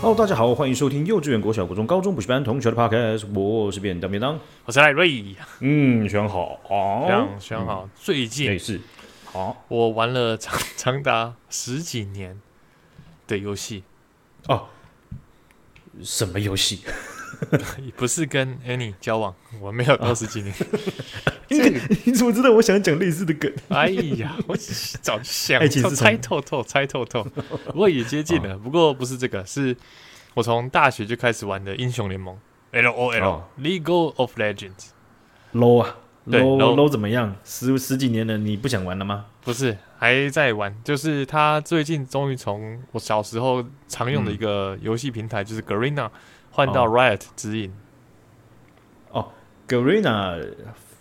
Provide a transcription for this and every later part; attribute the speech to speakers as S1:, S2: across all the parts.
S1: Hello，大家好，欢迎收听幼稚园、国小、国中、高中补习班同学的 Podcast，我是便当便当。
S2: 我是赖瑞，
S1: 嗯，选好，
S2: 非常非常
S1: 嗯
S2: 好。最
S1: 类
S2: 近
S1: 似，好
S2: 我玩了 长长达十几年的游戏，
S1: 啊什么游戏？
S2: 不是跟 Annie 交往，我没
S1: 啊
S2: 有到十几年。
S1: 你怎么知道我想讲类似的梗？
S2: 哎呀，我早 就想，
S1: 爱情
S2: 早
S1: 是
S2: 猜
S1: 哎从啊
S2: 透透，猜透透。不过也接近了，不过不是这个，是我从大学就开始玩的英雄联盟 L O
S1: 哦
S2: L League of Legends，
S1: low 啊
S2: 对
S1: ，low
S2: low
S1: low 怎么样？十十几年了，你不想玩了吗？
S2: 不是还在玩，就是他最近终于从我小时候常用的一个游戏平台，就是 Garena，换到
S1: 嗯哦
S2: Riot 指引。
S1: Garena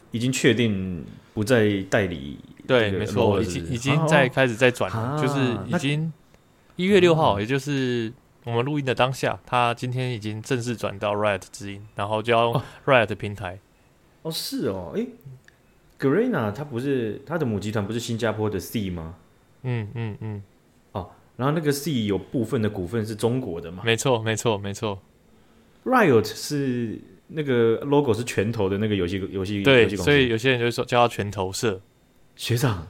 S1: 已经确定不再代理
S2: 对，
S1: 这个
S2: 没
S1: LOL
S2: 错，已
S1: 是
S2: 经
S1: 不是
S2: 已经在
S1: 哦
S2: 开始在转了，
S1: 啊
S2: 就是已
S1: 那嗯
S2: 经一月六号，也就是我们录音的当下，他今天已经正式转到 Riot 之音，然后就要用 Riot 平台。
S1: 哦，是哦，诶 g a r e n a 它不是它的母集团不是新加坡的 C 吗？
S2: 嗯嗯嗯，
S1: 然后那个 C 有部分的股份是中国的嘛
S2: 没错没错没错，
S1: ？Riot 是那个 logo 是拳头的那个游戏游戏游
S2: 对，
S1: 戏公司
S2: 所以有些人就会说叫他拳头社，
S1: 学长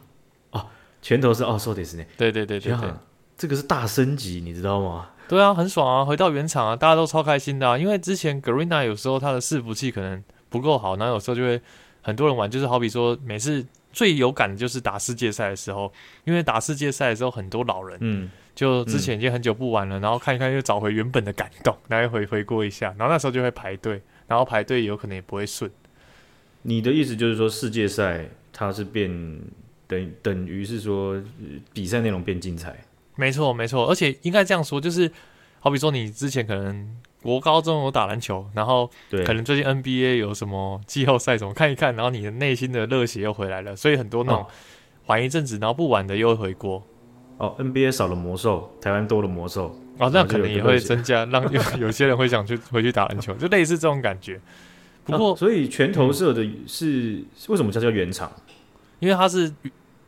S1: 哦，拳头是哦，说的是呢，
S2: 对对对
S1: 学
S2: 对对
S1: 长，这个是大升级，你知道吗？
S2: 对啊，很爽啊，回到原厂啊，大家都超开心的、啊，因为之前 Garena 有时候它的伺服器可能不够好，然后有时候就会很多人玩，就是好比说每次最有感的就是打世界赛的时候，因为打世界赛的时候很多老人。
S1: 嗯，
S2: 就之前已经很久不玩了，然后看一看又找回原本的感动，来回回过一下，然后那时候就会排队，然后排队有可能也不会顺，
S1: 你的意思就是说世界赛它是变等等于是说呃比赛内容变精彩，
S2: 没错没错，而且应该这样说，就是好比说你之前可能国高中有打篮球，然后
S1: 对，
S2: 可能最近 NBA 有什么季后赛什么看一看，然后你的内心的热血又回来了，所以很多那种
S1: 哦
S2: 玩一阵子然后不玩的又会回锅。
S1: 哦，NBA 少了魔兽，台湾多了魔兽，
S2: 哦，那可能也会
S1: 就
S2: 增加，让有有些人会想去回去打篮球，就类似这种感觉。不过嗯
S1: 啊所以拳头社的是、为什么叫叫原厂？
S2: 因为它是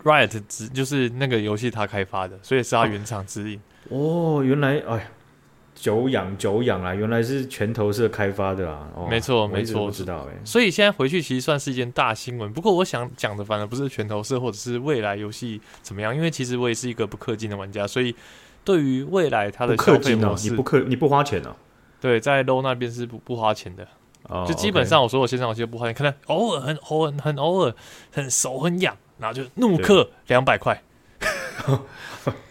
S2: Riot 指，就是那个游戏它开发的，所以是它原厂指引。
S1: 哦，原来哎呀，久仰久仰啊，原来是拳头社开发的啊，哦、
S2: 没错
S1: 我一直
S2: 没错
S1: 不知道哎、
S2: 所以现在回去其实算是一件大新闻。不过我想讲的反而不是拳头社或者是未来游戏怎么样，因为其实我也是一个不氪金的玩家，所以对于未来它的
S1: 不
S2: 消
S1: 氪
S2: 费
S1: 金
S2: 模
S1: 哦，你
S2: 式，
S1: 不氪你不花钱哦，
S2: 对在 low 那边是不不花钱的，
S1: 哦
S2: 就基
S1: OK
S2: 本上我所有线上游戏都不花钱，可能偶尔很偶尔很偶尔很手很痒，然后就怒氪两百块。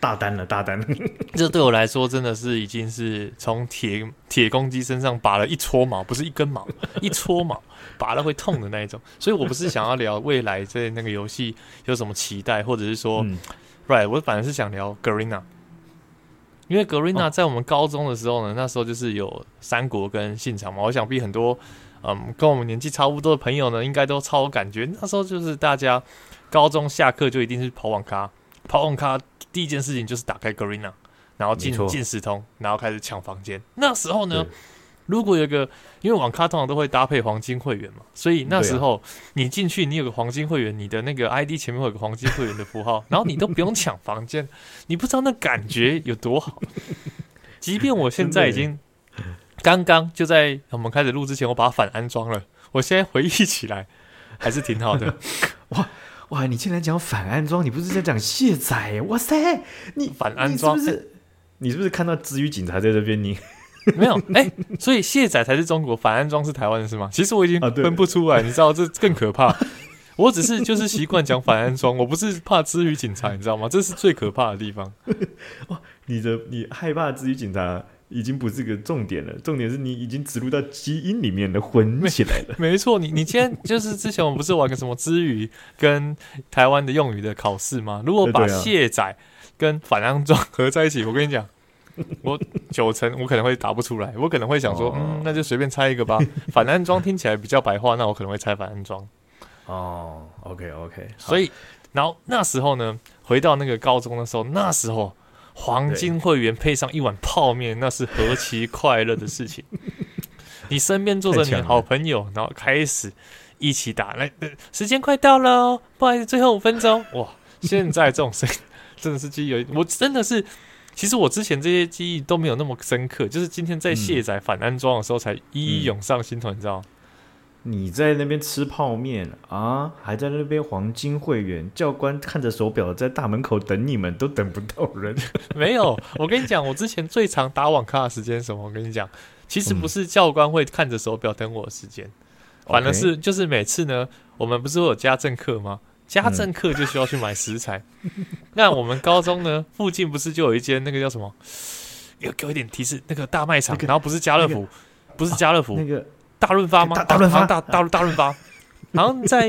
S1: 大单了大单，
S2: 这对我来说真的是已经是从铁铁公鸡身上拔了一撮毛，不是一根毛，一撮毛，拔了会痛的那一种。所以我不是想要聊未来在那个游戏有什么期待，或者是说、
S1: 嗯
S2: r i g h t 我反而是想聊 Garena，因为
S1: 哦
S2: Garena 在我们高中的时候呢，那时候就是有三国跟信长嘛，我想必很多嗯跟我们年纪差不多的朋友呢，应该都超有感觉。那时候就是大家高中下课就一定是跑网咖，跑网咖第一件事情就是打开 Garena，然后进
S1: 没错
S2: 进食通，然后开始抢房间。那时候呢
S1: 对，
S2: 如果有一个因为网咖通常都会搭配黄金会员嘛，所以那时候你进去，你有个黄金会员，你的那个 ID 前面会有个黄金会员的符号，然后你都不用抢房间，你不知道那感觉有多好。 即便我现在已经刚刚就在我们开始录之前，我把它反安装了，我现在回忆起来还是挺好的。
S1: 哇，你竟然讲反安装，你不是在讲卸载？哇塞，你
S2: 反安装
S1: 你是不是？你是不是看到资于警察在这边？ 你
S2: 没有，哎、所以卸载才是中国，反安装是台湾的是吗？其实我已经
S1: 啊对
S2: 分不出来，你知道这更可怕。我只是就是习惯讲反安装，我不是怕之于警察，你知道吗？这是最可怕的地方。
S1: 你的你害怕资于警察已经不是个重点了，重点是你已经植入到基因里面了，混起来了。
S2: 没错，你你今天就是之前我们不是玩个什么之语跟台湾的用语的考试吗？如果把
S1: 对啊
S2: 卸载跟反安装 合在一起，我跟你讲，我九成我可能会答不出来，我可能会想说，
S1: 哦
S2: 嗯，那就随便猜一个吧。反安装听起来比较白话，那我可能会猜反安装。
S1: 哦，OK OK，
S2: 所以，然后那时候呢，回到那个高中的时候，那时候黄金会员配上一碗泡面，那是何其快乐的事情。你身边坐着
S1: 太
S2: 你
S1: 强了
S2: 好朋友，然后开始一起打，来，呃时间快到了哦，不好意思，最后五分钟。哇，现在这种声音真的是基友，我真的是其实我之前这些记忆都没有那么深刻，就是今天在卸载反安装的时候才一一涌上心头，你知道吗？
S1: 你在那边吃泡面啊，还在那边黄金会员，教官看着手表在大门口等你们，都等不到人。
S2: 没有，我跟你讲，我之前最常打网咖的时间是什么？我跟你讲，其实
S1: 嗯
S2: 不是教官会看着手表等我的时间，反而是就是每次呢，我们不是会有家政课吗？
S1: 嗯
S2: 家政课就需要去买食材。那我们高中呢，附近不是就有一间那个叫什么？有给我一点提示，那个大卖场，
S1: 那个啊
S2: 然后不是家乐福， 不是家乐福，
S1: 那个
S2: 大润发吗？
S1: 大大润发
S2: 好像大大大润发。好像在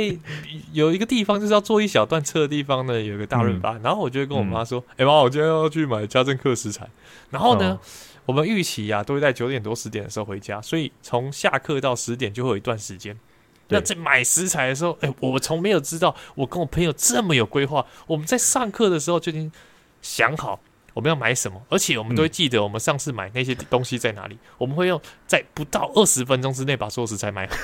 S2: 有一个地方，就是要坐一小段车的地方呢，有一个大润发。
S1: 嗯
S2: 然后我就会跟我妈说：“哎、妈、我今天要去买家政课食材。”然后呢，我们预期啊呀、都会在九点多十点的时候回家，所以从下课到十点就会有一段时间。
S1: 对
S2: 那在买食材的时候，哎、我从没有知道，我跟我朋友这么有规划。我们在上课的时候就已经想好我们要买什么，而且我们都会记得我们上次买那些东西在哪里。我们会用在不到二十分钟之内把所有食材买好，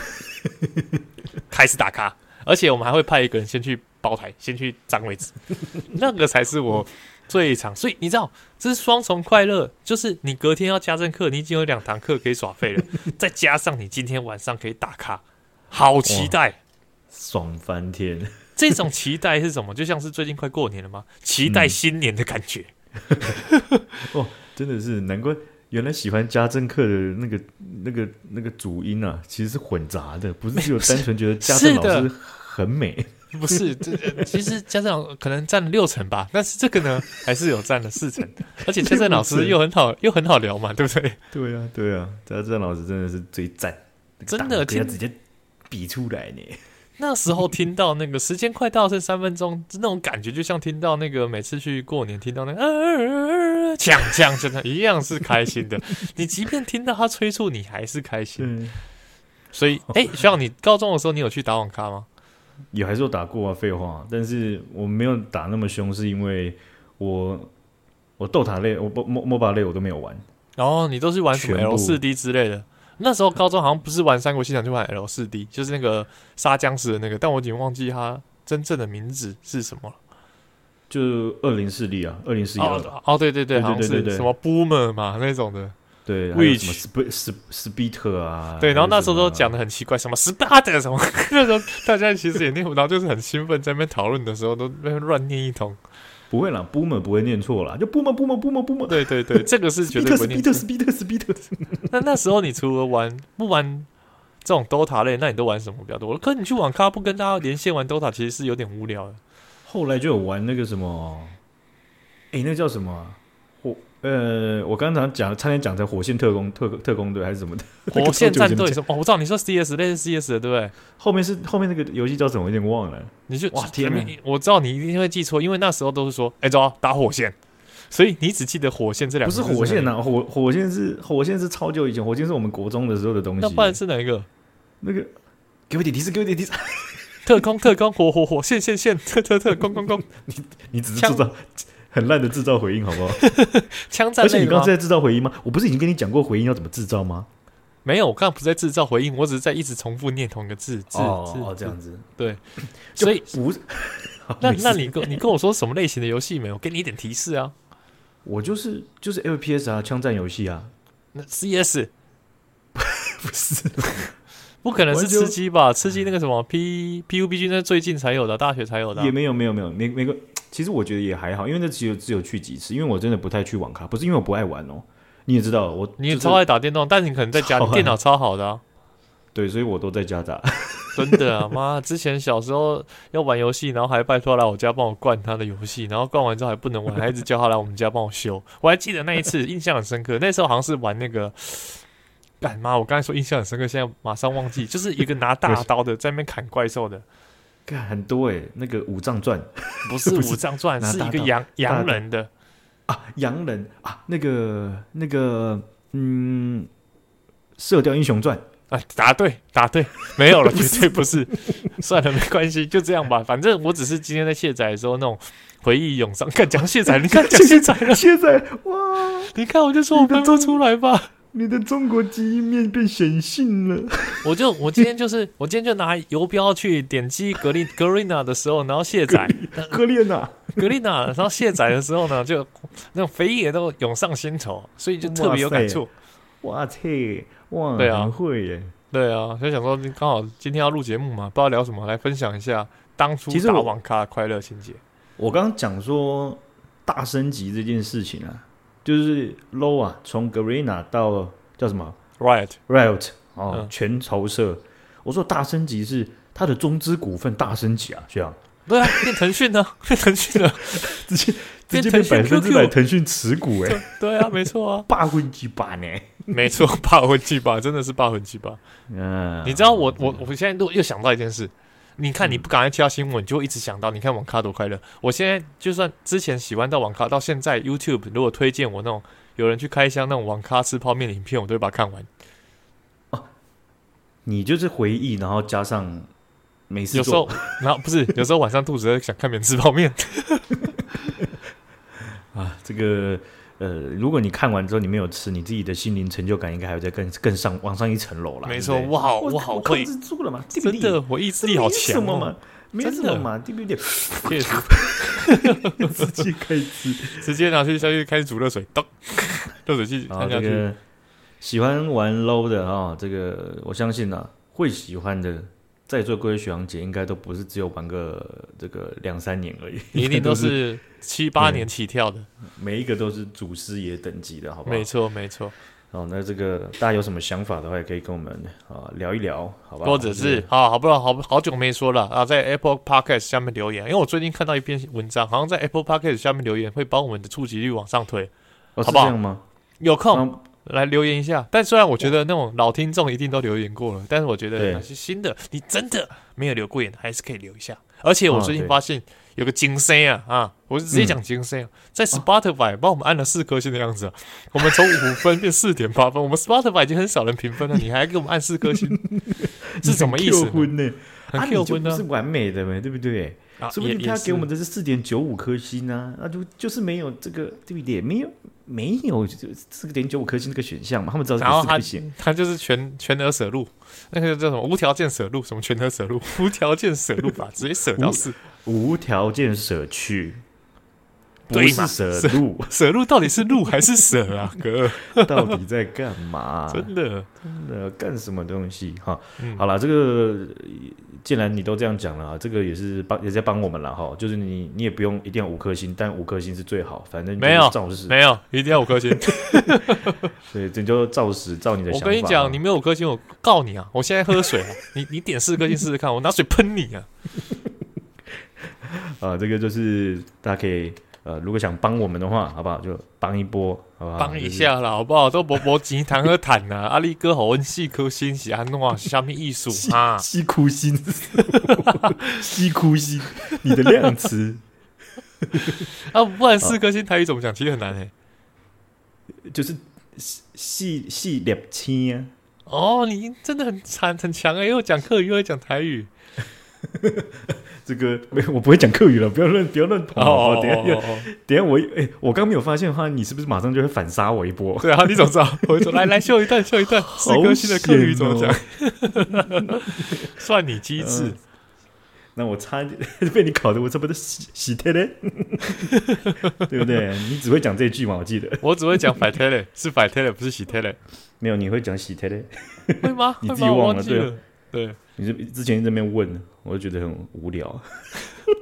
S2: 开始打卡。而且我们还会派一个人先去包台，先去占位置， 那个才是我最长。所以你知道，这是双重快乐，就是你隔天要家政课，你已经有两堂课可以耍废 了，再加上你今天晚上可以打卡，好期待！
S1: 爽翻天，
S2: 这种期待是什么？就像是最近快过年了吗？期待新年的感觉。
S1: 真的是难怪原来喜欢家政课的那个那个那个主因啊，其实是混杂的，不是只有单纯觉得家政
S2: 是的
S1: 老师很美。
S2: 不是，这呃其实家政可能占了六成吧，但是这个呢，还是有占了四 成。而且家政老师又很好，又很好聊嘛，对不 对？
S1: 对啊，对啊，家政老师真的是最赞，
S2: 真的
S1: 那个档
S2: 听
S1: 要直接比出来呢。
S2: 那时候听到那个时间快到剩三分钟，那种感觉就像听到那个每次去过年听到那个呃锵锵锵锵，一样是开 心的。你即便听到他催促，你还是开心。
S1: 嗯，
S2: 所以，哎、学长，你高中的时候你有去打网咖吗？
S1: 也还是有打过啊，废话。但是我没有打那么凶，是因为我我斗塔类，我不 m o b 类我都没有玩。
S2: 然后哦你都是玩什么
S1: 全部
S2: L 四 D 之类的？那时候高中好像不是玩三国信长，就玩 L 四 D，就是那个杀僵尸的那个，但我已经忘记它真正的名字是什么了。
S1: 就二零四力啊，二零四一二的，
S2: 哦哦，对对对，
S1: 对对
S2: 好像
S1: 对
S2: 是
S1: 对对
S2: 什么 Boomer 嘛那种的。
S1: 对，还有什么
S2: 哦 Witch
S1: sp sp speed 啊，
S2: 对，然后那时候都
S1: 还有什么
S2: 讲的很奇怪，什么 Sparta 什么， 那时候大家其实也念不到，就是很兴奋，在那边讨论的时候都在那边乱念 一通。
S1: 不会啦，boomer 不会念错啦，就 boomer boomer boomer boomer，
S2: 对 对对，这个是绝对不会念
S1: speed。speed speed speed，
S2: 那那时候你除了玩不玩这种 DOTA 类，那你都玩什么比较多？可你去网咖不跟大家连线玩 DOTA，其实是有点无聊的。
S1: 后来就有玩那个什么，哎，那叫什么啊？火呃，我刚才讲差点讲成火线特工特特工队还是什么的， 那个
S2: 火线战队
S1: 超久以前
S2: 什么？哦，我知道你说 CS 类似 CS 的，对不对？
S1: 后面是后面那个游戏叫什么，我有点忘了。
S2: 你就
S1: 哇天哪！
S2: 我知道你一定会记错，因为那时候都是说，哎、走啊、打火线，所以你只记得火线这两
S1: 不
S2: 个
S1: 是
S2: 字。
S1: 火线啊
S2: 呐、
S1: 呐、火火线是火线是超久以前，火线是我们国中的时候的东
S2: 那不然
S1: 西。
S2: 是哪一个？
S1: 那个给我一点提示，给我一点提示。
S2: 特工，特工，火火火，线线线， 特特特，攻攻攻，
S1: 你只是
S2: 枪
S1: 制造 很烂的制造回应，好不好？
S2: 枪 战
S1: 而且
S2: 类
S1: 你
S2: 的
S1: 刚刚
S2: 吗
S1: 是？在制造回音吗？我不是已经跟你讲过回音要怎么制造吗？
S2: 没有，我刚刚不是在制造回应，我只是在一直重复念同一个字字字、
S1: 哦，这样
S2: 字
S1: 子。
S2: 对，
S1: 就
S2: 所以
S1: 不是， 好
S2: 那
S1: 没事
S2: 那你 跟你跟我说什么类型的游戏没有？我给你一点提示啊。
S1: 我就是就是 FPS 啊，枪战游戏啊，
S2: 那 CS
S1: 不是
S2: 不可能
S1: 我
S2: 是
S1: 就
S2: 吃鸡吧？吃鸡那个什么 P PUBG 那最近才有的，大学才有的啊、
S1: 也没有没有没有没没个，其实我觉得也还好，因为那只有只有去几次，因为我真的不太去网咖，不是因为我不爱玩哦，你也知道我
S2: 你
S1: 就是
S2: 超爱打电动，但你可能在家
S1: 超
S2: 里
S1: 爱
S2: 电脑超好的、啊，
S1: 对，所以我都在家打，
S2: 真的啊！妈，之前小时候要玩游戏，然后还拜托来我家帮我灌他的游戏，然后灌完之后还不能玩，还一直叫他来我们家帮我修。我还记得那一次，印象很深刻。那时候好像是玩那个，干妈，我刚才说印象很深刻，现在马上忘记，就是一个拿大刀的在那边砍怪兽的，
S1: 看很多哎、那个五藏传
S2: 不是
S1: 不是
S2: 五藏传，
S1: 拿
S2: 是
S1: 大
S2: 一个
S1: 刀
S2: 洋
S1: 刀
S2: 洋人的。
S1: 啊，洋人啊，那个那个嗯，射雕英雄传，
S2: 啊，答对，答对，没有 了，绝对不是。算了，没关系，就这样吧。反正我只是今天在卸载的时候，那种回忆 涌上。看讲卸载，你看讲卸载了，
S1: 现在哇，
S2: 你看我就说我分不出来吧。
S1: 你的中国基因面变显性了。
S2: 我就我今天就是 我今天就拿游标去点击格林格瑞娜的时候，然后卸载
S1: 格列娜，
S2: 格丽娜，然后卸载的时候呢，就那种肥也都涌上心头，所以就特别有感触。
S1: 哇塞，哇，
S2: 对啊
S1: 很会耶。
S2: 对啊，就想说刚好今天要录节目嘛，不知道聊什么，来分享一下当初
S1: 其实
S2: 打
S1: 我
S2: 网咖的快乐情节。
S1: 我刚刚讲说大升级这件事情啊，就是 Low 啊，从 Garena 到叫什么
S2: Riot，
S1: Riot 哦，
S2: 嗯
S1: 全潮社。我说大升级是它的中资股份大升级啊，这样
S2: 对啊，变腾讯呢， 变腾讯啊了，
S1: 直接直
S2: 变
S1: 接
S2: 腾
S1: 变
S2: 讯
S1: 百分之
S2: QQ
S1: 百腾讯持股哎、
S2: 对对啊，没错 啊，
S1: 霸混几把呢？
S2: 没错，霸魂鸡巴真的是霸魂鸡巴。
S1: 嗯，
S2: 你知道我我我现在都又想到一件事，你看你不赶快切到新闻，你就会一直想到，你看网咖多快乐。我现在就算之前喜欢到网咖，到现在 YouTube 如果推荐我那种有人去开箱那种网咖吃泡面的影片，我都会把它看完。
S1: 你就是回忆，然后加上没事
S2: 有时
S1: 做
S2: 候，然后不是有时候晚上肚子饿想看别人吃泡面，
S1: 啊，这个呃，如果你看完之后你没有吃，你自己的心灵成就感应该还会再更更上往上一层楼啦。
S2: 没
S1: 对不
S2: 错，哦
S1: 对
S2: 我好
S1: 我
S2: 我好
S1: 控
S2: 会，
S1: 制住了嘛，弟弟
S2: 真的我意志力好强
S1: 这没什么嘛
S2: 哦，，
S1: 没
S2: 真
S1: 什
S2: 的
S1: 么嘛，弟弟点
S2: 确实
S1: 直接开 吃
S2: 直接拿去下去开始煮热水，咚，热水器
S1: 啊，
S2: 按下
S1: 这
S2: 去，
S1: 个喜欢玩 low 的啊，这个我相信啊，会喜欢的。在座各位学长姐应该都不是只有玩个这个两三年而已，
S2: 一定 都
S1: 都是
S2: 是七八年起跳的，
S1: 每一个都是祖师爷等级的，好不好？
S2: 没错没错。
S1: 哦，那这个大家有什么想法的话，也可以跟我们啊聊一聊，好吧？
S2: 或者是啊，好不容易好好久没说了啊，在 Apple Podcast 下面留言，因为我最近看到一篇文章，好像在 Apple Podcast 下面留言会帮我们的触及率往上推，
S1: 哦、
S2: 好
S1: 是
S2: 不
S1: 这
S2: 好哦
S1: 样吗？哦
S2: 有空
S1: 那
S2: 来留言一下。但虽然我觉得那种老听众一定都留言过了，但是我觉得
S1: 对
S2: 那些新的，你真的没有留过言，还是可以留一下。而且我最近
S1: 啊对
S2: 发现有个金声啊啊，我是直接讲金声、啊，
S1: 嗯
S2: 在 Spotify 帮我们按了四颗星的样子啊、我们从五分变四点八分，我们 Spotify 已经很少人评分了，你还给我们按 四颗星，是什么意思
S1: 你很 Q
S2: 呢？
S1: 婚呢？
S2: 很
S1: 啊
S2: Q
S1: 你就
S2: 婚呢
S1: 不是完美的嘛，对不对？
S2: 啊
S1: 说不定
S2: 也
S1: 他
S2: 也
S1: 给我们
S2: 是
S1: 的是四点九五颗星啊，那就就是没有这个，对不对？没有没有四点九五颗星这个选项嘛，他们只要
S2: 然后
S1: 给四
S2: 他
S1: 颗星。
S2: 他就是全全额舍入，那个叫什么无条件舍入，什么全额舍入，无条件舍入法，直接舍到四。
S1: 无条件舍去，不
S2: 对嘛
S1: 是舍入，
S2: 舍入到底是入还是舍啊？哥，
S1: 到底在干嘛？
S2: 真的，
S1: 呃，干什么东西哈？
S2: 嗯
S1: 好了，这个呃既然你都这样讲了啊，这个也是帮也在帮我们了哈。就是你你也不用一定要五颗星，但五颗星是最好，反正就是
S2: 没有
S1: 照实，
S2: 没有，一定要五颗星。
S1: 对，你就照实照你的
S2: 我
S1: 想法。啊
S2: 跟你讲，你没有五颗星，我告你啊！我现在喝水啊，你你点四颗星试试看，我拿水喷你啊！
S1: 啊、这个就是大家可以呃，如果想帮我们的话，好不好？就帮一波，好不好？
S2: 帮一
S1: 啊就是
S2: 下啦，好不好？都博博吉谈和谈啊，阿力哥好温四颗星是安诺啊，下面艺术 啊，
S1: 吸哭心，吸哭心，你的量词
S2: 啊，不然四颗星台语怎么讲？其实很难诶、欸
S1: 就是细细裂青啊。
S2: 哦，你真的很惨很强哎、又讲客语又会讲台语。
S1: 这个 没有，我不会讲客语了，不要乱不要乱捧。好不好等一下又
S2: 哦，
S1: 等一下我一哎、我刚没有发现的话，你是不是马上就会反杀我一波？
S2: 对啊，你怎么知道？我就说来来秀一段，秀一段，四颗星的客语怎么讲
S1: 好？
S2: 算你机智
S1: 嗯，那我差点 被你搞得我差不多洗洗贴嘞， 对不对？你只会讲这句嘛？我记得
S2: 我只会讲 f i t e l 是 f i t e l 不是喜 t e l
S1: 没有，你会讲洗贴嘞？
S2: 会吗？
S1: 你
S2: 会
S1: 自己
S2: 吗？我
S1: 忘了
S2: 忘记
S1: 对啊
S2: 了。对，
S1: 你是之前一直在那边问，我就觉得很无聊。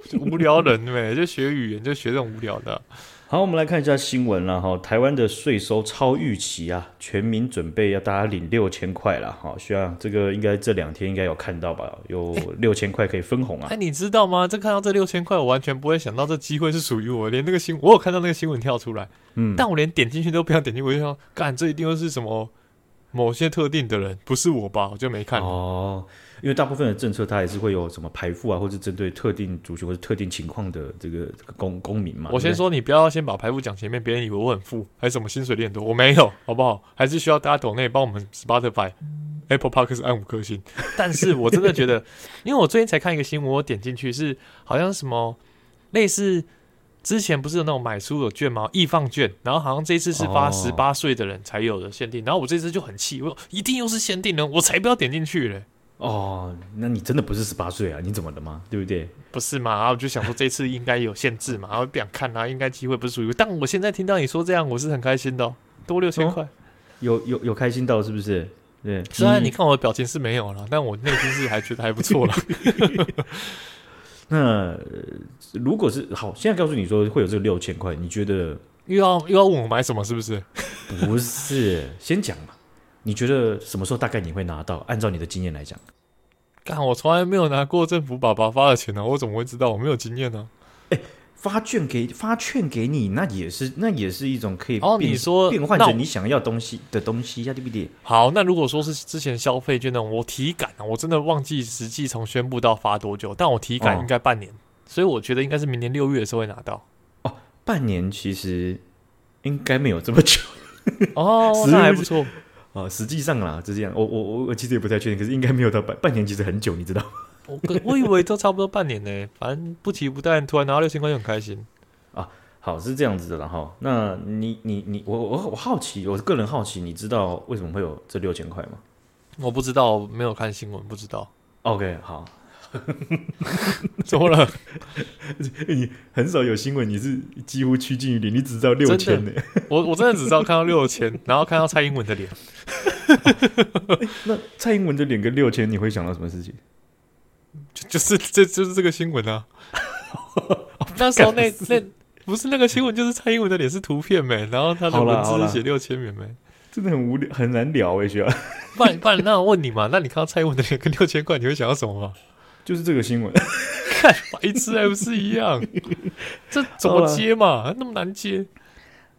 S2: 就无聊人呗，就学语言就学这种无聊的啊。
S1: 好，我们来看一下新闻了哈。台湾的税收超预期啊，全民准备要大家领六千块了哈。徐啊，这个应该这两天应该有看到吧？有六千块可以分红啊
S2: 哎，。你知道吗？这看到这六千块，我完全不会想到这机会是属于我，连那个新我有看到那个新闻跳出来，
S1: 嗯，
S2: 但我连点进去都不想点进去，我就想，干，这一定又是什么某些特定的人，不是我吧？我就没看。
S1: 哦，因为大部分的政策它也是会有什么排富啊，或是针对特定族群或者特定情况的这个这个公公民嘛。
S2: 我先说，你不要先把排富讲前面，别人以为我很富，还是什么薪水链多，我没有，好不好？还是需要大家抖内帮我们 Spotify、Apple Podcast 按五 颗星。但是我真的觉得，因为我最近才看一个新闻，我点进去是好像什么类似之前不是有那种买书有券吗？易放券，然后好像这次是发
S1: 哦
S2: 十八岁的人才有的限定，然后我这次就很气，我一定又是限定人，我才不要点进去嘞，
S1: 哦，那你真的不是十八岁啊？你怎么了吗？对不对？
S2: 不是嘛？然后我就想说这次应该有限制嘛，然后不想看啊，应该机会不是属于我。但我现在听到你说这样，我是很开心的、哦，嗯多六千块。
S1: 有有有开心到是不是？对，
S2: 虽啊然你看我的表情是没有了，但我内心是还觉得还不 错了。
S1: 那、呃如果是好，现在告诉你说会有这个六千块，你觉得
S2: 又要又要问我买什么是不是？
S1: 不是？先讲嘛，你觉得什么时候大概你会拿到？按照你的经验来讲，
S2: 干，我从来没有拿过政府爸爸发的钱呢、啊我怎么会知道？我没有经验啊呢、
S1: 发券给发券给你，那也是那也是一种可以
S2: 哦
S1: 变
S2: 你说
S1: 变换
S2: 那
S1: 成
S2: 我
S1: 你想要东西的东西呀，对不对？
S2: 好，那如果说是之前消费券那种，我体感啊，我真的忘记实际从宣布到发多久，但我体感
S1: 哦
S2: 应该半年，所以我觉得应该是明年六月的时候会拿到。
S1: 半年其实应该没有这么久。
S2: 哦，
S1: 十
S2: 那还
S1: 月
S2: 不错。
S1: 啊，实际上啦，就这样。我我我我其实也不太确定，可是应该没有到半半年，其实很久，你知道？
S2: 我跟我以为都差不多半年呢，反正不提不带，突然拿到六千块就很开心。
S1: 好，是这样子的啦哈。 那你你你，我我我好奇，我个人好奇，你知道为什么会有这六千块吗
S2: 我不知道，没有看新闻，不知道
S1: ？OK，好，
S2: 怎么了。
S1: 你很少有新闻，你是几乎趋近于零，你只知道六千欸
S2: 真
S1: 呢。
S2: 我我真的只知道看到六千，然后看到蔡英文的脸，
S1: 那蔡英文的脸跟六千，你会想到什么事情？
S2: 就就是这就是这个新闻 啊。那时候那那不是那个新闻，就是蔡英文的脸是图片没，然后他的
S1: 好啦
S2: 文字
S1: 好啦
S2: 是写六千元没。
S1: 真的很无聊，很难聊诶、欸需要
S2: 不然不然，那我问你嘛，那你看到蔡英文的脸跟六千块，你会想到什么吗？
S1: 就是这个新闻。
S2: 看白痴还不是一样？这怎么接嘛？那么难接？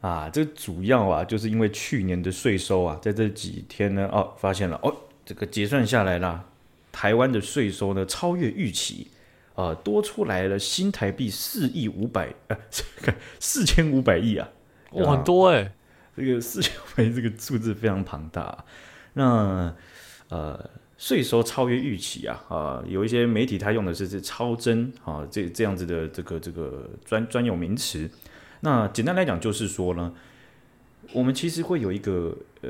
S1: 啊，这主要啊，就是因为去年的税收啊，在这几天呢，哦，发现了哦，这个结算下来啦，台湾的税收呢超越预期，啊，多出来了新台币四亿五百，呃， 四千五百亿啊，
S2: 哇，很多哎、
S1: 这个四千五百亿这个数字非常庞大、啊，那呃。税收超越预期啊啊、有一些媒体他用的是是超增啊，这这样子的这个这个专专有名词。那简单来讲就是说呢，我们其实会有一个呃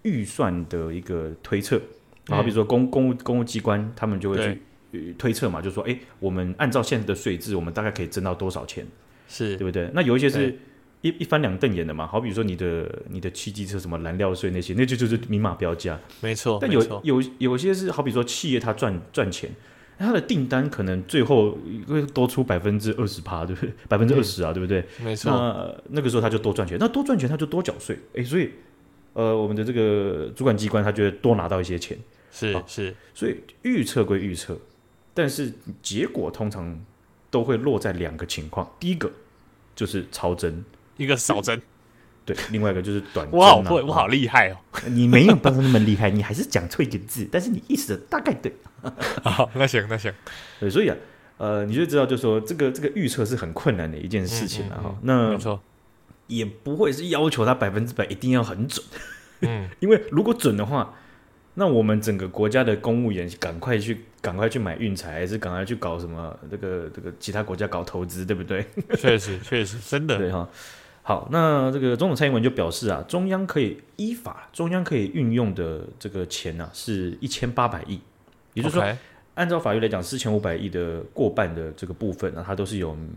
S1: 预算的一个推测，然后比如说公公务公务机关他们就会去呃推测嘛，就说哎，我们按照现在的税制，我们大概可以增到多少钱，
S2: 是
S1: 对不对？那有一些是
S2: 对
S1: 一一翻两瞪眼的嘛，好比说你的你的汽机车什么燃料税那些，那就就是明码标价。
S2: 没错，
S1: 但
S2: 哦没
S1: 有
S2: 错，
S1: 有有些是好比说企业它赚赚钱，它的订单可能最后会多出百分之二十趴，对不对？百分之二十啊，对不对？
S2: 没错，
S1: 那那个时候他就多赚钱，那多赚钱他就多缴税，诶，所以呃，我们的这个主管机关他觉得多拿到一些钱，
S2: 是
S1: 好
S2: 是，
S1: 所以预测归预测，但是结果通常都会落在两个情况，第一个就是超增，
S2: 一个少 针，
S1: 对，另外一个就是短增、
S2: 我
S1: 啊。
S2: 好会，我好厉害哦。
S1: 你没有当时那么厉害，你还是讲错一个字，但是你意思大概对，
S2: 好，那行那行，
S1: 对，所以啊。呃，你就知道，就说这个这个预测是很困难的一件事情了、
S2: 嗯嗯
S1: 哈、
S2: 嗯
S1: 那
S2: 没错，
S1: 也不会是要求他百分之百一定要很准。
S2: 嗯，
S1: 因为如果准的话，那我们整个国家的公务员赶快去赶快去买运财，还是赶快去搞什么这个这个其他国家搞投资，对不对？
S2: 确实确实，真 的，
S1: 对哈。好，那这个总统蔡英文就表示啊，中央可以依法，中央可以运用的这个钱呢、啊、是一千八百亿，也就是说，
S2: OK，
S1: 按照法律来讲，四千五百亿的过半的这个部分呢、啊，它都是有嗯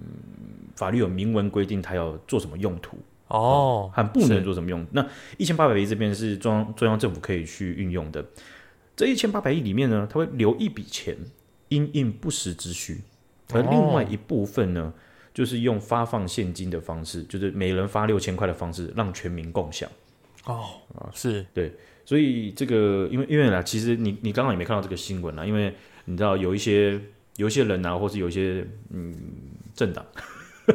S1: 法律有明文规定，它要做什么用途。
S2: 哦，
S1: 和不能
S2: 是
S1: 做什么用。那一千八百亿这边是中央中央政府可以去运用的，这一千八百亿里面呢，它会留一笔钱因应不时之需，而
S2: 哦
S1: 另外一部分呢，就是用发放现金的方式，就是每人发六千块的方式，让全民共享。
S2: 哦，是
S1: 所以这个，因为因为啦，其实你你刚刚也没看到这个新闻啦，因为你知道有一些有一些人啊，或是有一些嗯政党，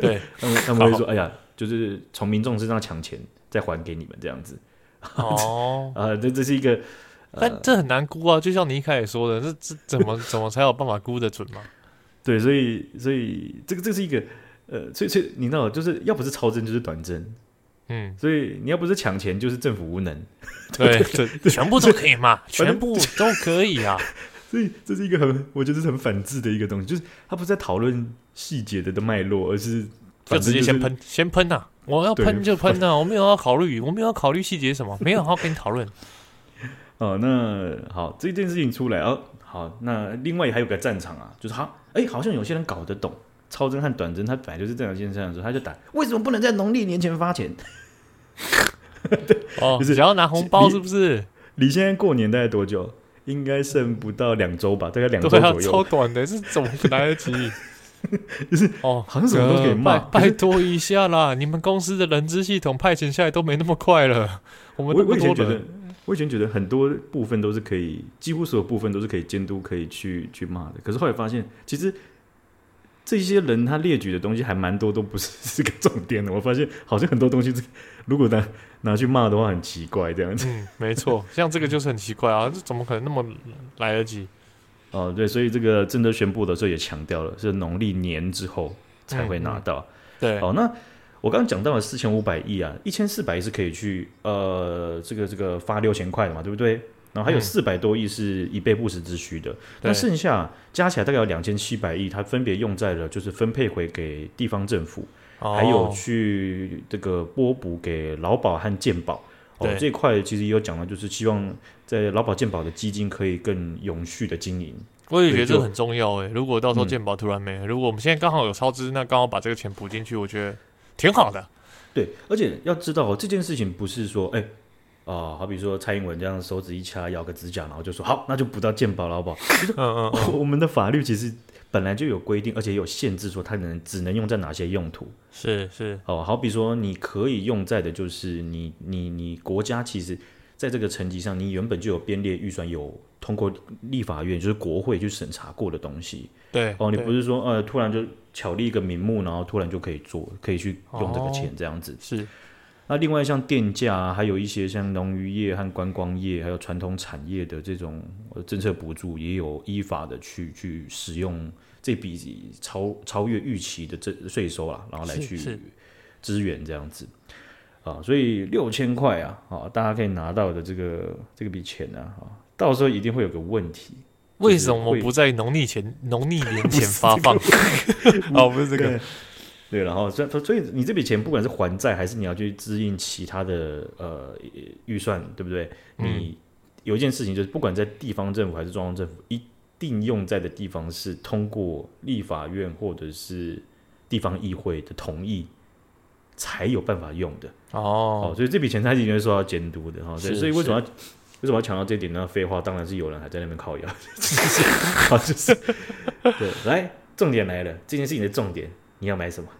S2: 对，
S1: 他们他们会说，哎呀，就是从民众身上抢钱，再还给你们这样子。
S2: 哦，
S1: 啊，这这是一个
S2: 但这很难估啊，就像你一开始说的，这这怎么怎么才有办法估得准嘛？
S1: 对，所以所以这个这是一个呃，所以所以你知道，就是要不是超增就是短增，
S2: 嗯，
S1: 所以你要不是抢钱就是政府无能，
S2: 对，这全部都可以 嘛，全部都可以 啊，
S1: 所以这是一个很我觉得是很反智的一个东西，就是他不是在讨论细节的的脉络，而是
S2: 就直接
S1: 反
S2: 先
S1: 正
S2: 喷，先喷呐、我要
S1: 对
S2: 喷就喷呐、啊我没有要考虑，我没有要考虑细节什么，没有要跟你 讨论。
S1: 哦，那好，这件事情出来哦，好，那另外还有个战场啊，就是好，哎，好像有些人搞得懂超针和短针，他本来就是这两件事情的时候，他就打为什么不能在农历年前发钱？
S2: 哦，
S1: 不是
S2: 只要拿红包是不是？
S1: 你现在过年大概多久？应该剩不到两周吧，大概两周
S2: 对啊，
S1: 左
S2: 超
S1: 右。
S2: 短的，是怎么来得及？
S1: 就是
S2: 哦，
S1: 好像什么都可以
S2: 呃
S1: 骂
S2: 拜拜托一下啦！你们公司的人资系统派遣下来都没那么快了，我们
S1: 我我
S2: 那么
S1: 以前
S2: 多
S1: 觉得
S2: 人，，
S1: 我以前觉得很多部分都是可以，几乎所有部分都是可以监督、可以去去骂的。可是后来发现，其实这些人他列举的东西还蛮多，都不是是个重点的。我发现好像很多东西是，如果拿拿去骂的话，很奇怪这样子。
S2: 嗯，没错，像这个就是很奇怪啊，这怎么可能那么来得及？
S1: 哦，对，所以这个政策宣布的时候也强调了，是农历年之后
S2: 哎
S1: 才会拿到。
S2: 对，
S1: 好，那我刚刚讲到了四千五百亿啊，一千四百亿是可以去呃这个这个发六千块的嘛，对不对？然后还有
S2: 嗯
S1: 四百多亿是以备不时之需的，那
S2: 对
S1: 剩下加起来大概有两千七百亿，它分别用在了就是分配回给地方政府，
S2: 哦
S1: 还有去这个拨补给劳保和健保。哦
S2: 对，
S1: 这一块其实也有讲了，就是希望在劳保健保的基金可以更永续的经营。
S2: 我也觉
S1: 对
S2: 得这
S1: 就
S2: 个很重要诶、欸如果到时候
S1: 嗯
S2: 健保突然没了，如果我们现在刚好有超支，那刚好把这个钱补进去，我觉得挺好的。
S1: 对，而且要知道哦，这件事情不是说，哎、啊、好比说蔡英文这样手指一掐，咬个指甲，然后就说好，那就补到健保了，好 不好？
S2: 嗯嗯嗯，
S1: 我们的法律其实本来就有规定，而且有限制，说它能只能用在哪些用途。
S2: 是是，
S1: 哦，好比说你可以用在的就是你你你国家其实在这个层级上，你原本就有编列预算，有通过立法院就是国会去审查过的东西。
S2: 对
S1: 哦，你
S2: 对
S1: 不是说呃突然就巧立一个名目，然后突然就可以做，可以去用这个
S2: 哦
S1: 钱这样子。
S2: 是
S1: 那另外像电价、啊，还有一些像农渔业和观光业，还有传统产业的这种呃政策补助，也有依法的去去使用这笔呃超超越预期的这税收啦，然后来
S2: 是
S1: 去
S2: 是
S1: 支援这样子啊，所以六千块啊啊，大家可以拿到的这个这个笔钱呢啊，到时候一定会有个问题，
S2: 为什么
S1: 会
S2: 不在农历前农历年前 发放？哦，不是这个，
S1: 对，然后所以所以你这笔钱不管是还债还是你要去支应其他的呃预算，对不对？
S2: 嗯
S1: 你有一件事情就是，不管在地方政府还是中央政府，一定用在的地方是通过立法院或者是地方议会的同意。才有办法用的哦
S2: 哦，
S1: 所以这笔钱它一定会受到监督的哈、哦，所以
S2: 是
S1: 所以为什
S2: 是
S1: 么要为什么要强调这一点呢？废话，当然是有人还在那边靠腰， 就是好就是对，来重点来了，这件事情的重点，你要买什么？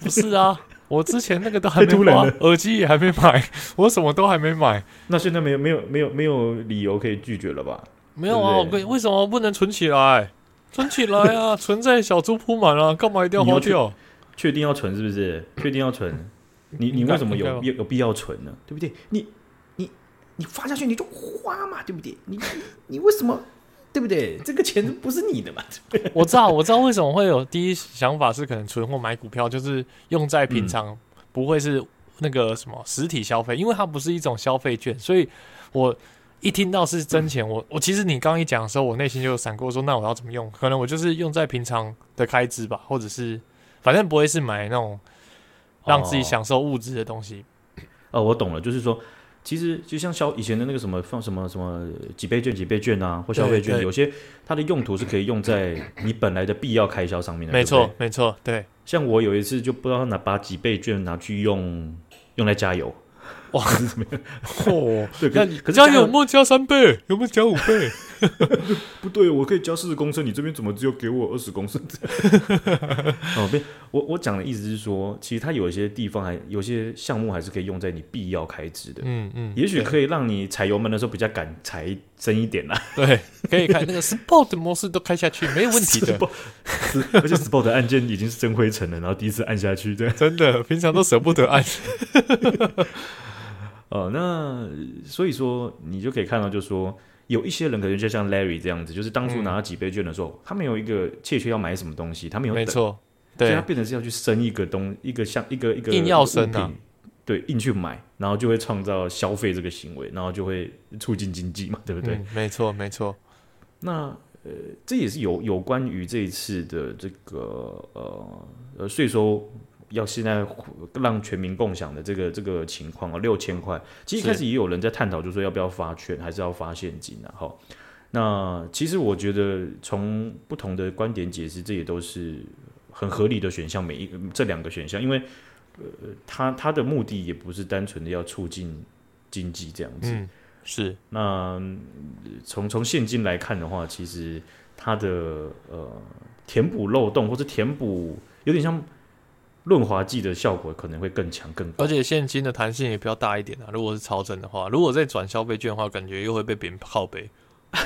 S2: 不是啊， 我之前那个都还没
S1: 太突然
S2: 花
S1: 了，
S2: 耳机也还没买， 我什么都还没买。
S1: 那现在没有没有没有没有理由可以拒绝了吧？
S2: 没有啊，
S1: 对
S2: 我
S1: 不
S2: 跟
S1: 对
S2: 你为什么不能存起来？存起来 啊，存在小猪铺满啊，干嘛一定要
S1: 你
S2: 花
S1: 要去
S2: 掉？
S1: 确定要存是不是？确定要存？你你
S2: 应该
S1: 为什么
S2: 应该吧
S1: 有有有必要存呢？对不对？你你你发下去你就花嘛，对不对？你你你为什么对不对？这个钱不是你的嘛？对不对
S2: 我知道，我知道为什么会有第一想法是可能存货买股票，就是用在平常不会是那个什么实体消费，因为它不是一种消费券，所以我一听到是真钱，
S1: 嗯
S2: 我我其实你刚一讲的时候，我内心就有闪过说，那我要怎么用？可能我就是用在平常的开支吧，或者是反正不会是买那种让自己享受物质的东西。
S1: 哦，我懂了，就是说。其实就像消以前的那个什么放什么什么几倍券几倍券啊，或消费
S2: 对
S1: 券，
S2: 对
S1: 有些它的用途是可以用在你本来的必要开销上面的。
S2: 没
S1: 对不对
S2: 错，没错，对，
S1: 像我有一次就不知道拿把几倍券拿去用用来加油，
S2: 哇，哦，
S1: 对，可
S2: 那
S1: 是可是加
S2: 加油有
S1: 油
S2: 没有加三倍？有没有加五 倍？
S1: 不对，我可以加四十公升，你这边怎么只有给我二十公升？ 哦，不，我我讲的意思是说，其实它有一些地方还有些项目还是可以用在你必要开支的，
S2: 嗯嗯，
S1: 也许
S2: 对
S1: 可以让你踩油门的时候比较敢踩深一点啦。
S2: 对，可以看那个 Sport 模式都开下去，没有问题 的。
S1: Spot- 是而且 Spot 的按键已经是真灰尘了，然后第一次按下去，对，
S2: 真的，平常都舍不得按。
S1: 呃，那所以说你就可以看到，就是说有一些人可能就像 Larry 这样子，就是当初
S2: 嗯
S1: 拿到几倍券的时候，他没有一个切切要买什么东西，他没有
S2: 没
S1: 等，
S2: 错，
S1: 所以他
S2: 对，嗯
S1: 变成是要去生一个东一个像一个一个
S2: 硬要
S1: 物
S2: 生啊
S1: 品，对，硬去买，然后就会创造消费这个行为，然后就会促进经济嘛，对不对？
S2: 嗯，没错，没错。
S1: 那呃，这也是有有关于这一次的这个呃呃税收要现在让全民共享的这个这个情况啊，六千块，其实一开始也有人在探讨，就是说要不要发券，还是要发现金啊？哈，那其实我觉得从不同的观点解释，这也都是很合理的选项。每一个这两个选项，因为呃，它它的目的也不是单纯的要促进经济这样子。
S2: 嗯，是
S1: 那嗯从从现金来看的话，其实它的呃填补漏洞或者填补有点像润滑剂的效果可能会更强更
S2: 而且现金的弹性也比较大一点啊。如果是超真的话，如果再转消费券的话，感觉又会被别人靠 背。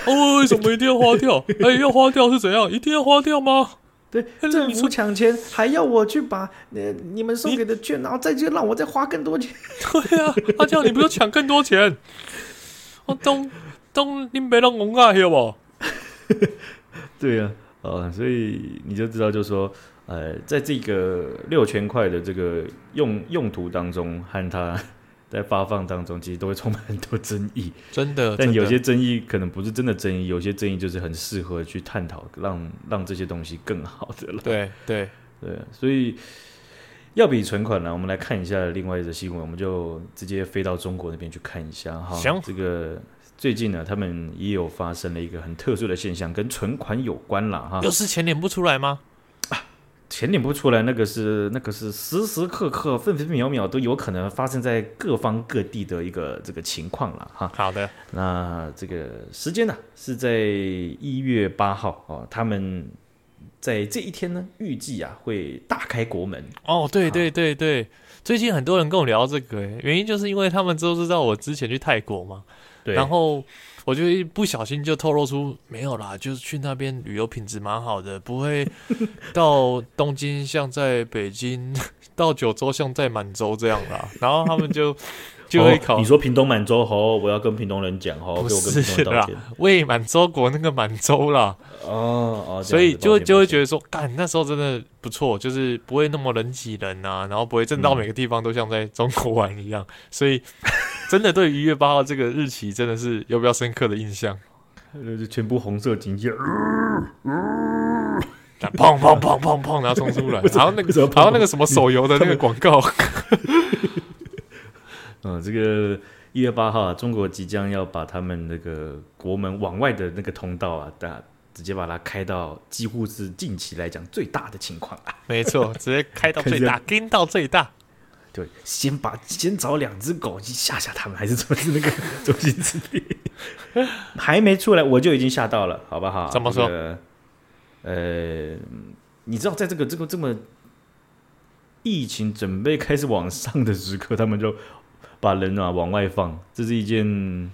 S2: 哦，为什么一定要花掉？哎、要花掉是怎样？一定要花掉吗？
S1: 对
S2: 哎，
S1: 政
S2: 你
S1: 府
S2: 说
S1: 抢钱，还要我去把呃你们送
S2: 你
S1: 给的券，然后再就让我再花更多钱。
S2: 对啊，他叫你不要抢更多钱。 我东东，你别让我尬有啊 不？
S1: 对啊，呃，所以你就知道，就是说，呃，在这个六千块的这个用用途当中，和它 在发放当中，其实都会充满很多争议。
S2: 真
S1: 但
S2: 的，呃真的
S1: 有些争议可能不是真的争议，有些争议就是很适合去探讨，让让这些东西更好的了。
S2: 对对，
S1: 对，所以要比存款呢，我们来看一下另外一则新闻，我们就直接飞到中国那边去看一下哈。
S2: 行
S1: 这个最近呢，他们也有发生了一个很特殊的现象，跟存款有关啦哈
S2: 又。是钱领不出来吗？
S1: 前点不出来，那个是那个是时时刻刻、分分秒秒都有可能发生在各方各地的一个这个情况了哈。
S2: 好的，
S1: 那这个时间呢、是在一月八号哦，他们在这一天呢，预计啊会大开国门。
S2: 哦，
S1: 啊
S2: 对对对对，最近很多人跟我聊这个、欸，原因就是因为他们都知道我之前去泰国嘛，
S1: 对，
S2: 然后我就一不小心就透露出没有啦，就是去那边旅游品质蛮好的，不会 到东京像在北京， 到九州像在满洲这样啦。然后他们就就会考
S1: 哦、你说屏东满洲吼，我要跟屏东人讲吼，
S2: 不
S1: 给我跟屏
S2: 是
S1: 东人道
S2: 啦
S1: 歉。，
S2: 为满洲国那个满洲啦，
S1: 哦哦，
S2: 所以就就会觉
S1: 得
S2: 得说，干那时候真的不错，就是不会那么人挤人啊，然后不会震到
S1: 嗯
S2: 每个地方都像在中国玩一样，所以真的对于一月八号这个日期真的是有比较深刻的印象。
S1: 就是全部红色警戒，
S2: 但砰砰砰砰砰，然后冲出来，然后那
S1: 为什么
S2: 个
S1: 砰砰
S2: 然后那个什么手游的那个广告，
S1: 嗯，这个一月八号、啊，中国即将要把他们那个国门往外的那个通道啊，大直接把它开到几乎是近期来讲最大的情况啊。
S2: 没错，直接开到最大，跟到最大。
S1: 对，先把先找两只狗去吓吓他们，还是怎么是那个中心之地？还没出来我就已经吓到了，好不好？
S2: 怎么说
S1: 这个？呃，你知道，在这个这个这么疫情准备开始往上的时刻，他们就把人啊往外放，这是一件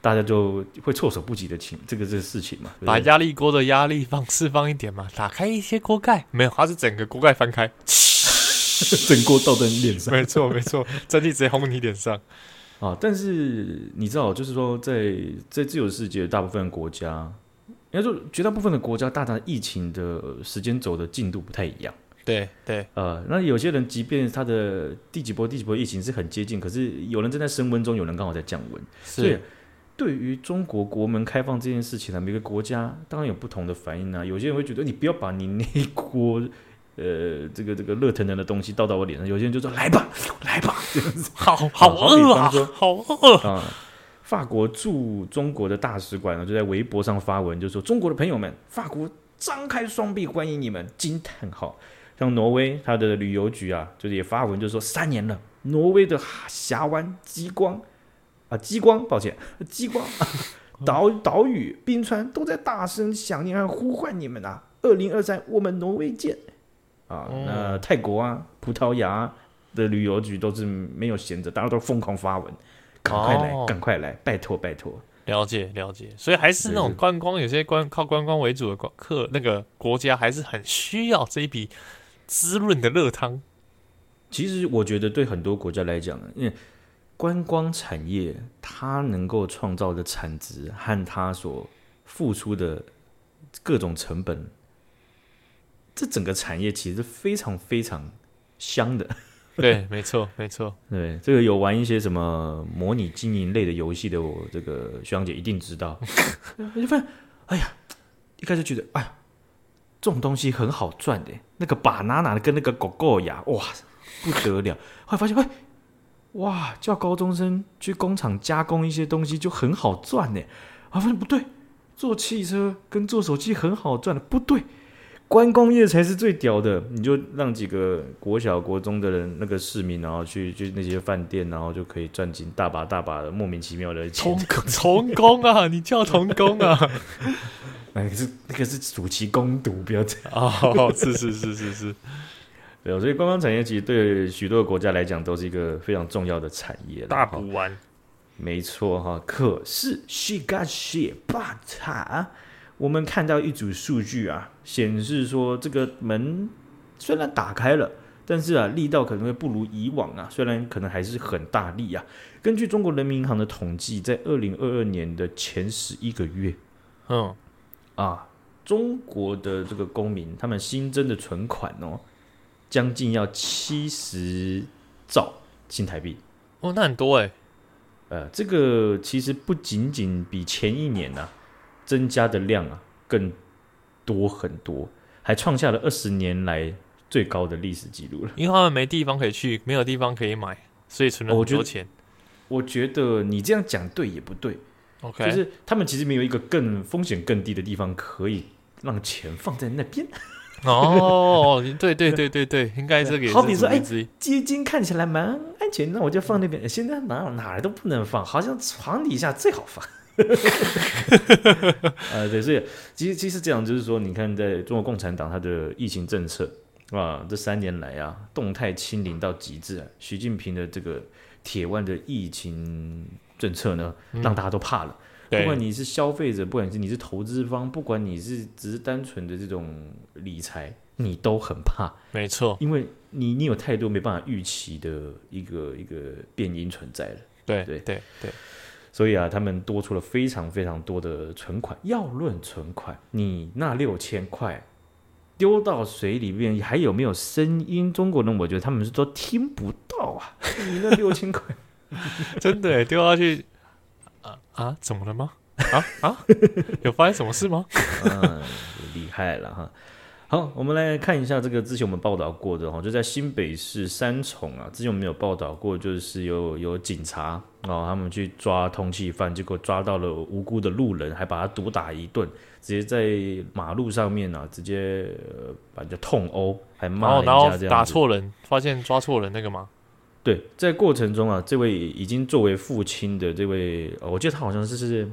S1: 大家就会措手不及的情，这个这个事情嘛，对不
S2: 把
S1: 对
S2: 压力锅的压力放释放一点嘛，打开一些锅盖，没有，它是整个锅盖 翻开，
S1: 整锅倒在你脸上
S2: 没错没错，真的直接轰你脸上，
S1: 啊。但是你知道，就是说在，在自由世界，大部分国家，应该说绝大部分的国家，大家疫情的时间轴的进度不太一样。
S2: 对对，
S1: 呃，那有些人即便他的第几波、第几波疫情是很接近，可是有人正在升温中，有人刚好在降温。所以
S2: 是，
S1: 对于中国国门开放这件事情呢，啊每个国家当然有不同的反应啊。有些人会觉得你不要把你那一锅，呃，这个这个热腾腾的东西倒到我脸上。有些人就说来吧，来吧，这样子
S2: 好
S1: 好
S2: 好
S1: 好比
S2: 饿啊
S1: 方说，
S2: 好饿，
S1: 啊。法国驻中国的大使馆呢，就在微博上发文，就说中国的朋友们，法国张开双臂欢迎你们！惊叹号！像挪威，它的旅游局啊，就是也发文，就说三年了，挪威的峡湾、极光啊，极光，抱歉，极光岛岛屿、冰川都在大声想念和呼唤你们啊！二零二三，我们挪威见！啊，那泰国啊、葡萄牙啊的旅游局都是没有闲着，大家都疯狂发文，赶快来，
S2: 哦
S1: 赶快来，拜托拜托！
S2: 了解了解，所以还是那
S1: 对
S2: 种
S1: 对
S2: 观光，有些观靠观光为主的国客那个国家，还是很需要这一笔滋润的热汤。
S1: 其实我觉得对很多国家来讲，因为观光产业它能够创造的产值和它所付出的各种成本，这整个产业其实非常非常香的。
S2: 对，没错没错，
S1: 对，这个有玩一些什么模拟经营类的游戏的，我这个学长姐一定知道。我就发现，哎呀，一开始觉得，哎呀，这种东西很好赚的，那个 banana 跟那个狗狗牙，哇，不得了！后来发现，哎，哇，叫高中生去工厂加工一些东西就很好赚呢。啊，发现不对，做汽车跟做手机很好赚的，不对，观光业才是最屌的。你就让几个国小、国中的人那个市民，然后去去那些饭店，然后就可以赚进大把大把的莫名其妙的钱
S2: 童。童工啊，你叫童工啊？
S1: 那哎个是那个是暑期攻读，不要这样。
S2: 哦，是是是是 是，
S1: 对啊，所以观光产业其实对许多国家来讲都是一个非常重要的产业啦
S2: 大
S1: 哈
S2: 补丸
S1: 没错哈，可是 she got shit but 啊，我们看到一组数据啊，显示说这个门虽然打开了，但是啊力道可能会不如以往啊，虽然可能还是很大力啊。根据中国人民银行的统计，在二零二二年的前十一个月
S2: 嗯，
S1: 啊，中国的这个公民他们新增的存款哦，将近要七十兆新台币。
S2: 哦，那很多哎、
S1: 呃，这个其实不仅仅比前一年啊增加的量啊更多很多，还创下了二十年来最高的历史记录了。
S2: 因为他们没地方可以去，没有地方可以买，所以存了
S1: 哦
S2: 很
S1: 我觉
S2: 多
S1: 得
S2: 钱。
S1: 我觉得你这样讲对也不对，
S2: OK，
S1: 就是他们其实没有一个更风险更低的地方可以让钱放在那边。
S2: 哦，对对对对对，应该这个也是
S1: 好比说
S2: 主
S1: 哎
S2: 因之一。
S1: 基金看起来蛮安全，那我就放那边。现在哪哪儿都不能放，好像床底下最好放。 呃，对，所以其实其实这样就是说，你看，在中国共产党它的疫情政策啊，这三年来啊，动态清零到极致啊，习近平的这个铁腕的疫情政策呢，让大家都怕了。不管
S2: 对，
S1: 你是消费者，不管是你是投资方，不管你是只是单纯的这种理财，你都很怕。
S2: 没错，
S1: 因为你你有太多没办法预期的一个一个变因存在了，
S2: 对对
S1: 对
S2: 对对，
S1: 所以啊，他们多出了非常非常多的存款。要论存款，你那六千块丢到水里面还有没有声音？中国人我觉得他们是都听不到啊，你那六 千块，
S2: 真的耶丢下去啊啊，怎么了吗？啊 啊，有发生什么事吗？
S1: 嗯，厉害了哈。好，我们来看一下这个之前我们报道过的哈，就在新北市三重啊，之前我们有报道过，就是有有警察哦，他们去抓通缉犯，结果抓到了无辜的路人，还把他毒打一顿，直接在马路上面啊，直接、呃、把人家痛殴，还
S2: 然
S1: 骂
S2: 后
S1: 人
S2: 哦然
S1: 家
S2: 后
S1: 这
S2: 打
S1: 样子。
S2: 错人，发现抓错人那个吗？
S1: 对，在过程中啊，这位已经作为父亲的这位，呃我记得他好像是是，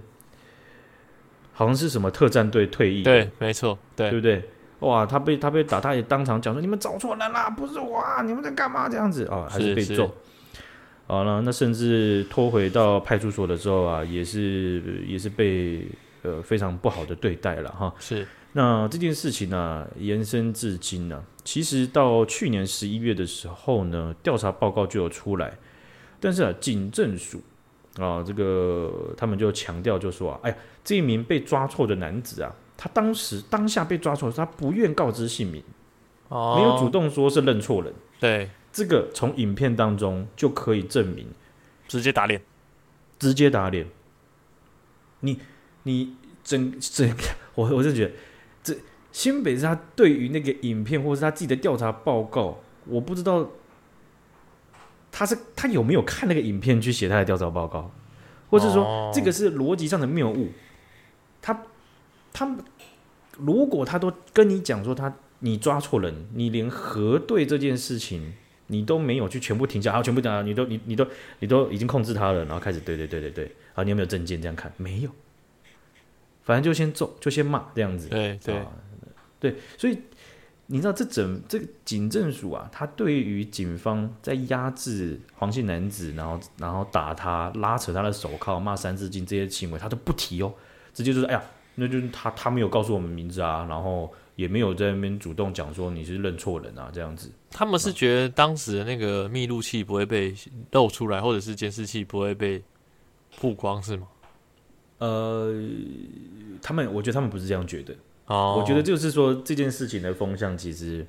S1: 好像是什么特战队退役的，
S2: 对，没错，对
S1: 对不对？哇，他被他被打，他也当场讲说：“你们找错人啦，不是我啊，你们在干嘛？”这样子啊，还
S2: 是
S1: 是被
S2: 是
S1: 揍。啊，那那甚至拖回到派出所的时候啊，也是也是被呃非常不好的对待了哈。
S2: 是
S1: 那这件事情呢、延伸至今呢、啊其实到去年十一月的时候呢，调查报告就有出来，但是啊，警政署啊，这个他们就强调就说啊，哎呀，这一名被抓错的男子啊，他当时当下被抓错，他不愿告知姓名，
S2: 哦，
S1: 没有主动说是认错人，
S2: 对，
S1: 这个从影片当中就可以证明，
S2: 直接打脸，
S1: 直接打脸。你你整整，我我是觉得这新北是他对于那个影片或是他自己的调查报告，我不知道他是他有没有看那个影片去写他的调查报告，或是说
S2: 哦
S1: 这个是逻辑上的谬误。他他如果他都跟你讲说他你抓错人，你连核对这件事情你都没有去全部停下，啊，全部讲，你都你你都你都已经控制他了，然后开始对对对对对，啊，你有没有证件？这样看没有，反正就先揍，就先骂这样子。
S2: 对对
S1: 啊对，所以你知道这整这个警政署啊，他对于警方在压制黄姓男子，然后然后打他、拉扯他的手铐、骂三字经这些行为，他都不提哦，直接就是哎呀，那就是他他没有告诉我们名字啊，然后也没有在那边主动讲说你是认错人啊这样子。
S2: 他们是觉得当时的那个密录器不会被露出来，或者是监视器不会被曝光，是吗？
S1: 呃，他们我觉得他们不是这样觉得，
S2: 哦，
S1: 我觉得就是说这件事情的风向其实。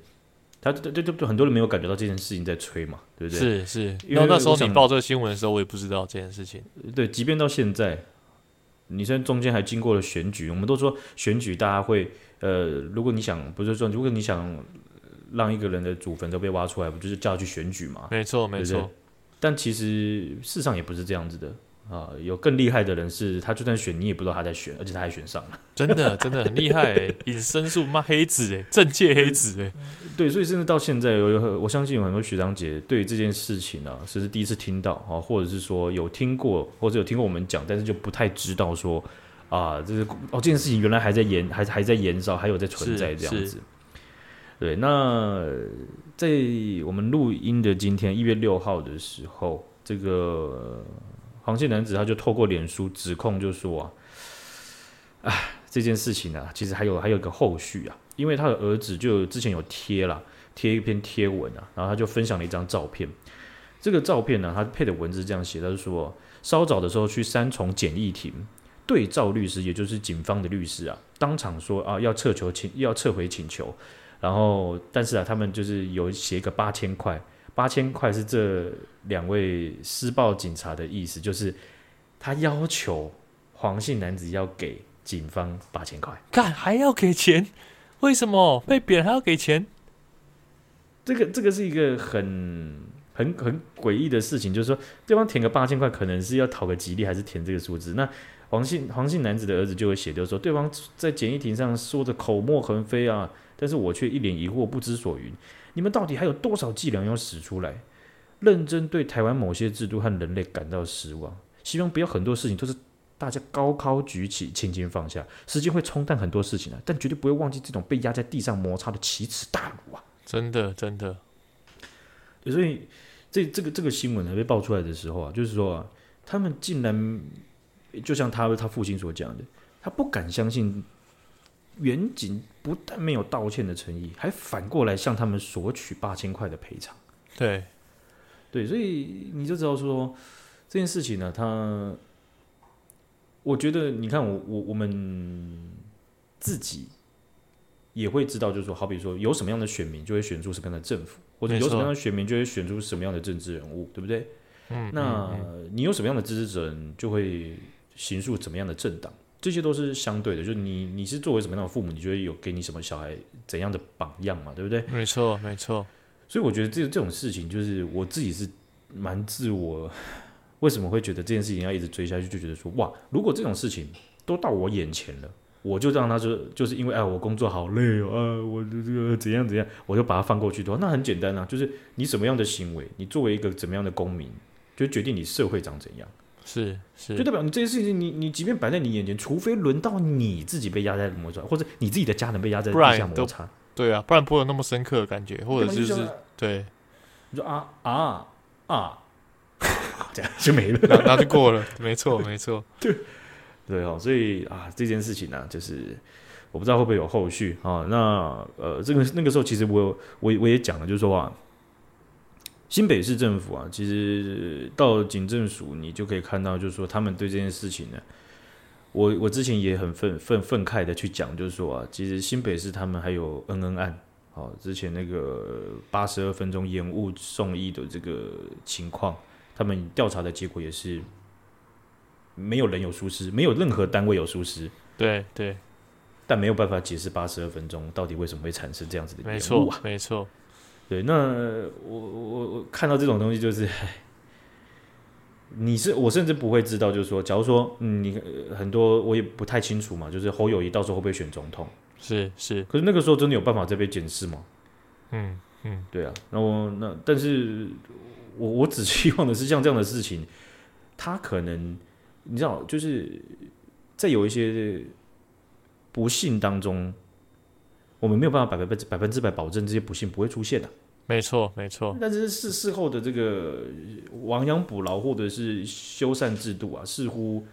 S1: 他就就就就很多人没有感觉到这件事情在吹嘛，对不对？
S2: 是是，
S1: 因为
S2: 然后那时候
S1: 我
S2: 你
S1: 想
S2: 报这个新闻的时候，我也不知道这件事情。
S1: 对，即便到现在，你现在中间还经过了选举，我们都说选举大家会，呃，如果你想不是说，如果你想让一个人的祖坟都被挖出来，不就是叫他去选举嘛？
S2: 没错没
S1: 对不
S2: 错，
S1: 但其实事实上也不是这样子的啊、有更厉害的人是，他就算选你也不知道他在选，而且他还选上了。
S2: 真的真的很厉害、欸，隐身术妈黑子哎、欸，政界黑子哎、欸，
S1: 对，所以甚至到现在，有有我相信有很多学长姐对于这件事情呢、啊，甚至第一次听到啊，或者是说有听过，或者有听过我们讲，但是就不太知道说啊，这是哦这件事情原来还在延，还还在延烧，还有在存在这样
S2: 是
S1: 子。对，那在我们录音的今天一月六号的时候，这个黄姓男子他就透过脸书指控，就说啊，哎，这件事情啊，其实还有还有一个后续啊，因为他的儿子就之前有贴啦，贴一篇贴文啊，然后他就分享了一张照片。这个照片呢、他配的文字这样写，他就说稍早的时候去三重简易庭，对照律师，也就是警方的律师啊，当场说啊要撤求请要撤回请求，然后但是啊，他们就是有写一个八千块，八千块是这两位施暴警察的意思，就是他要求黄姓男子要给警方八千块。
S2: 干还要给钱，为什么被扁还要给钱？
S1: 这个这个是一个很很很诡异的事情，就是说对方填个八千块，可能是要讨个吉利，还是填这个数字？那黄姓黄姓男子的儿子就会写，就是说对方在简易庭上说的口沫横飞啊，但是我却一脸疑惑，不知所云。你们到底还有多少伎俩要使出来？认真对台湾某些制度和人类感到失望，希望不要很多事情都是大家高高举起，轻轻放下。时间会冲淡很多事情啊，但绝对不会忘记这种被压在地上摩擦的奇耻大辱啊！
S2: 真的真的，
S1: 对，所以这这个这个新闻呢被爆出来的时候啊，就是说啊，他们竟然就像他他父亲所讲的，他不敢相信远景不但没有道歉的诚意，还反过来向他们索取八千块的赔偿。
S2: 对，
S1: 对，所以你就知道说这件事情呢、他我觉得你看我我我们自己也会知道，就是说，好比说有什么样的选民就会选出什么样的政府，或者
S2: 没
S1: 有什么
S2: 错
S1: 样的选民就会选出什么样的政治人物，对不对？
S2: 嗯，
S1: 那
S2: 嗯嗯
S1: 你有什么样的支持者，你就会形塑怎么样的政党，这些都是相对的。就是你你是作为什么样的父母，你就会有给你什么小孩怎样的榜样嘛，对不对？
S2: 没错没错，
S1: 所以我觉得这这种事情，就是我自己是蛮自我， 为什么会觉得这件事情要一直追下去，就觉得说哇，如果这种事情都到我眼前了。我就让他说，就是因为哎，我工作好累哦，啊，我这个怎样怎样，我就把它放过去的话，那很简单啊，就是你什么样的行为，你作为一个怎么样的公民，就决定你社会长怎样，
S2: 是是
S1: 就，代表你这些事情，你你即便摆在你眼前，除非轮到你自己被压在摩擦，或者你自己的家人被压在
S2: 不然
S1: 地下摩
S2: 都
S1: 擦，
S2: 对啊，不然不会有那么深刻的感觉，或
S1: 对
S2: 者
S1: 吧
S2: 就
S1: 你想
S2: 是对，
S1: 你说啊啊啊， 这样就没了。
S2: 那那就过了，没错没错，
S1: 对哦，所以啊，这件事情呢、就是我不知道会不会有后续啊。那呃，这个那个时候其实我有我我也讲了，就是说啊，新北市政府啊，其实到警政署你就可以看到，就是说他们对这件事情呢，我我之前也很愤愤愤慨的去讲，就是说啊，其实新北市他们还有恩恩案。哦，之前那个八十二分钟延误送医的这个情况，他们调查的结果也是没有人有疏失，没有任何单位有疏失，
S2: 对对，
S1: 但没有办法解释八十二分钟到底为什么会产生这样子的
S2: 没
S1: 延误
S2: 错
S1: 啊。
S2: 没错，
S1: 对，那呃我我我看到这种东西就是， 唉你是我甚至不会知道，就是说，假如说、嗯、你呃很多我也不太清楚嘛，就是侯友谊到时候会不会选总统？
S2: 是是，
S1: 可是那个时候真的有办法再被检视吗？
S2: 嗯嗯，
S1: 对啊，那我那但是我我只希望的是像这样的事情，他可能你知道，就是在有一些不幸当中，我们没有办法百分之百分之百保证这些不幸不会出现的、啊
S2: 没错没错，
S1: 但是事事后的这个亡羊补牢或者是修缮制度啊，似乎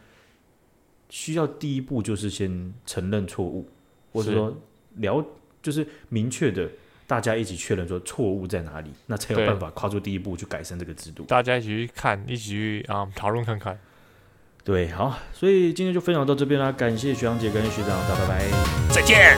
S1: 需要第一步就是先承认错误，或者
S2: 是
S1: 说了就是明确的大家一起确认说错误在哪里，那才有
S2: 对
S1: 办法跨出第一步去改善这个制度。
S2: 大家一起去看，一起去啊讨论看看。
S1: 对，好，所以今天就分享到这边啦，感谢学长姐，感谢学长，大家拜拜。
S2: 再见。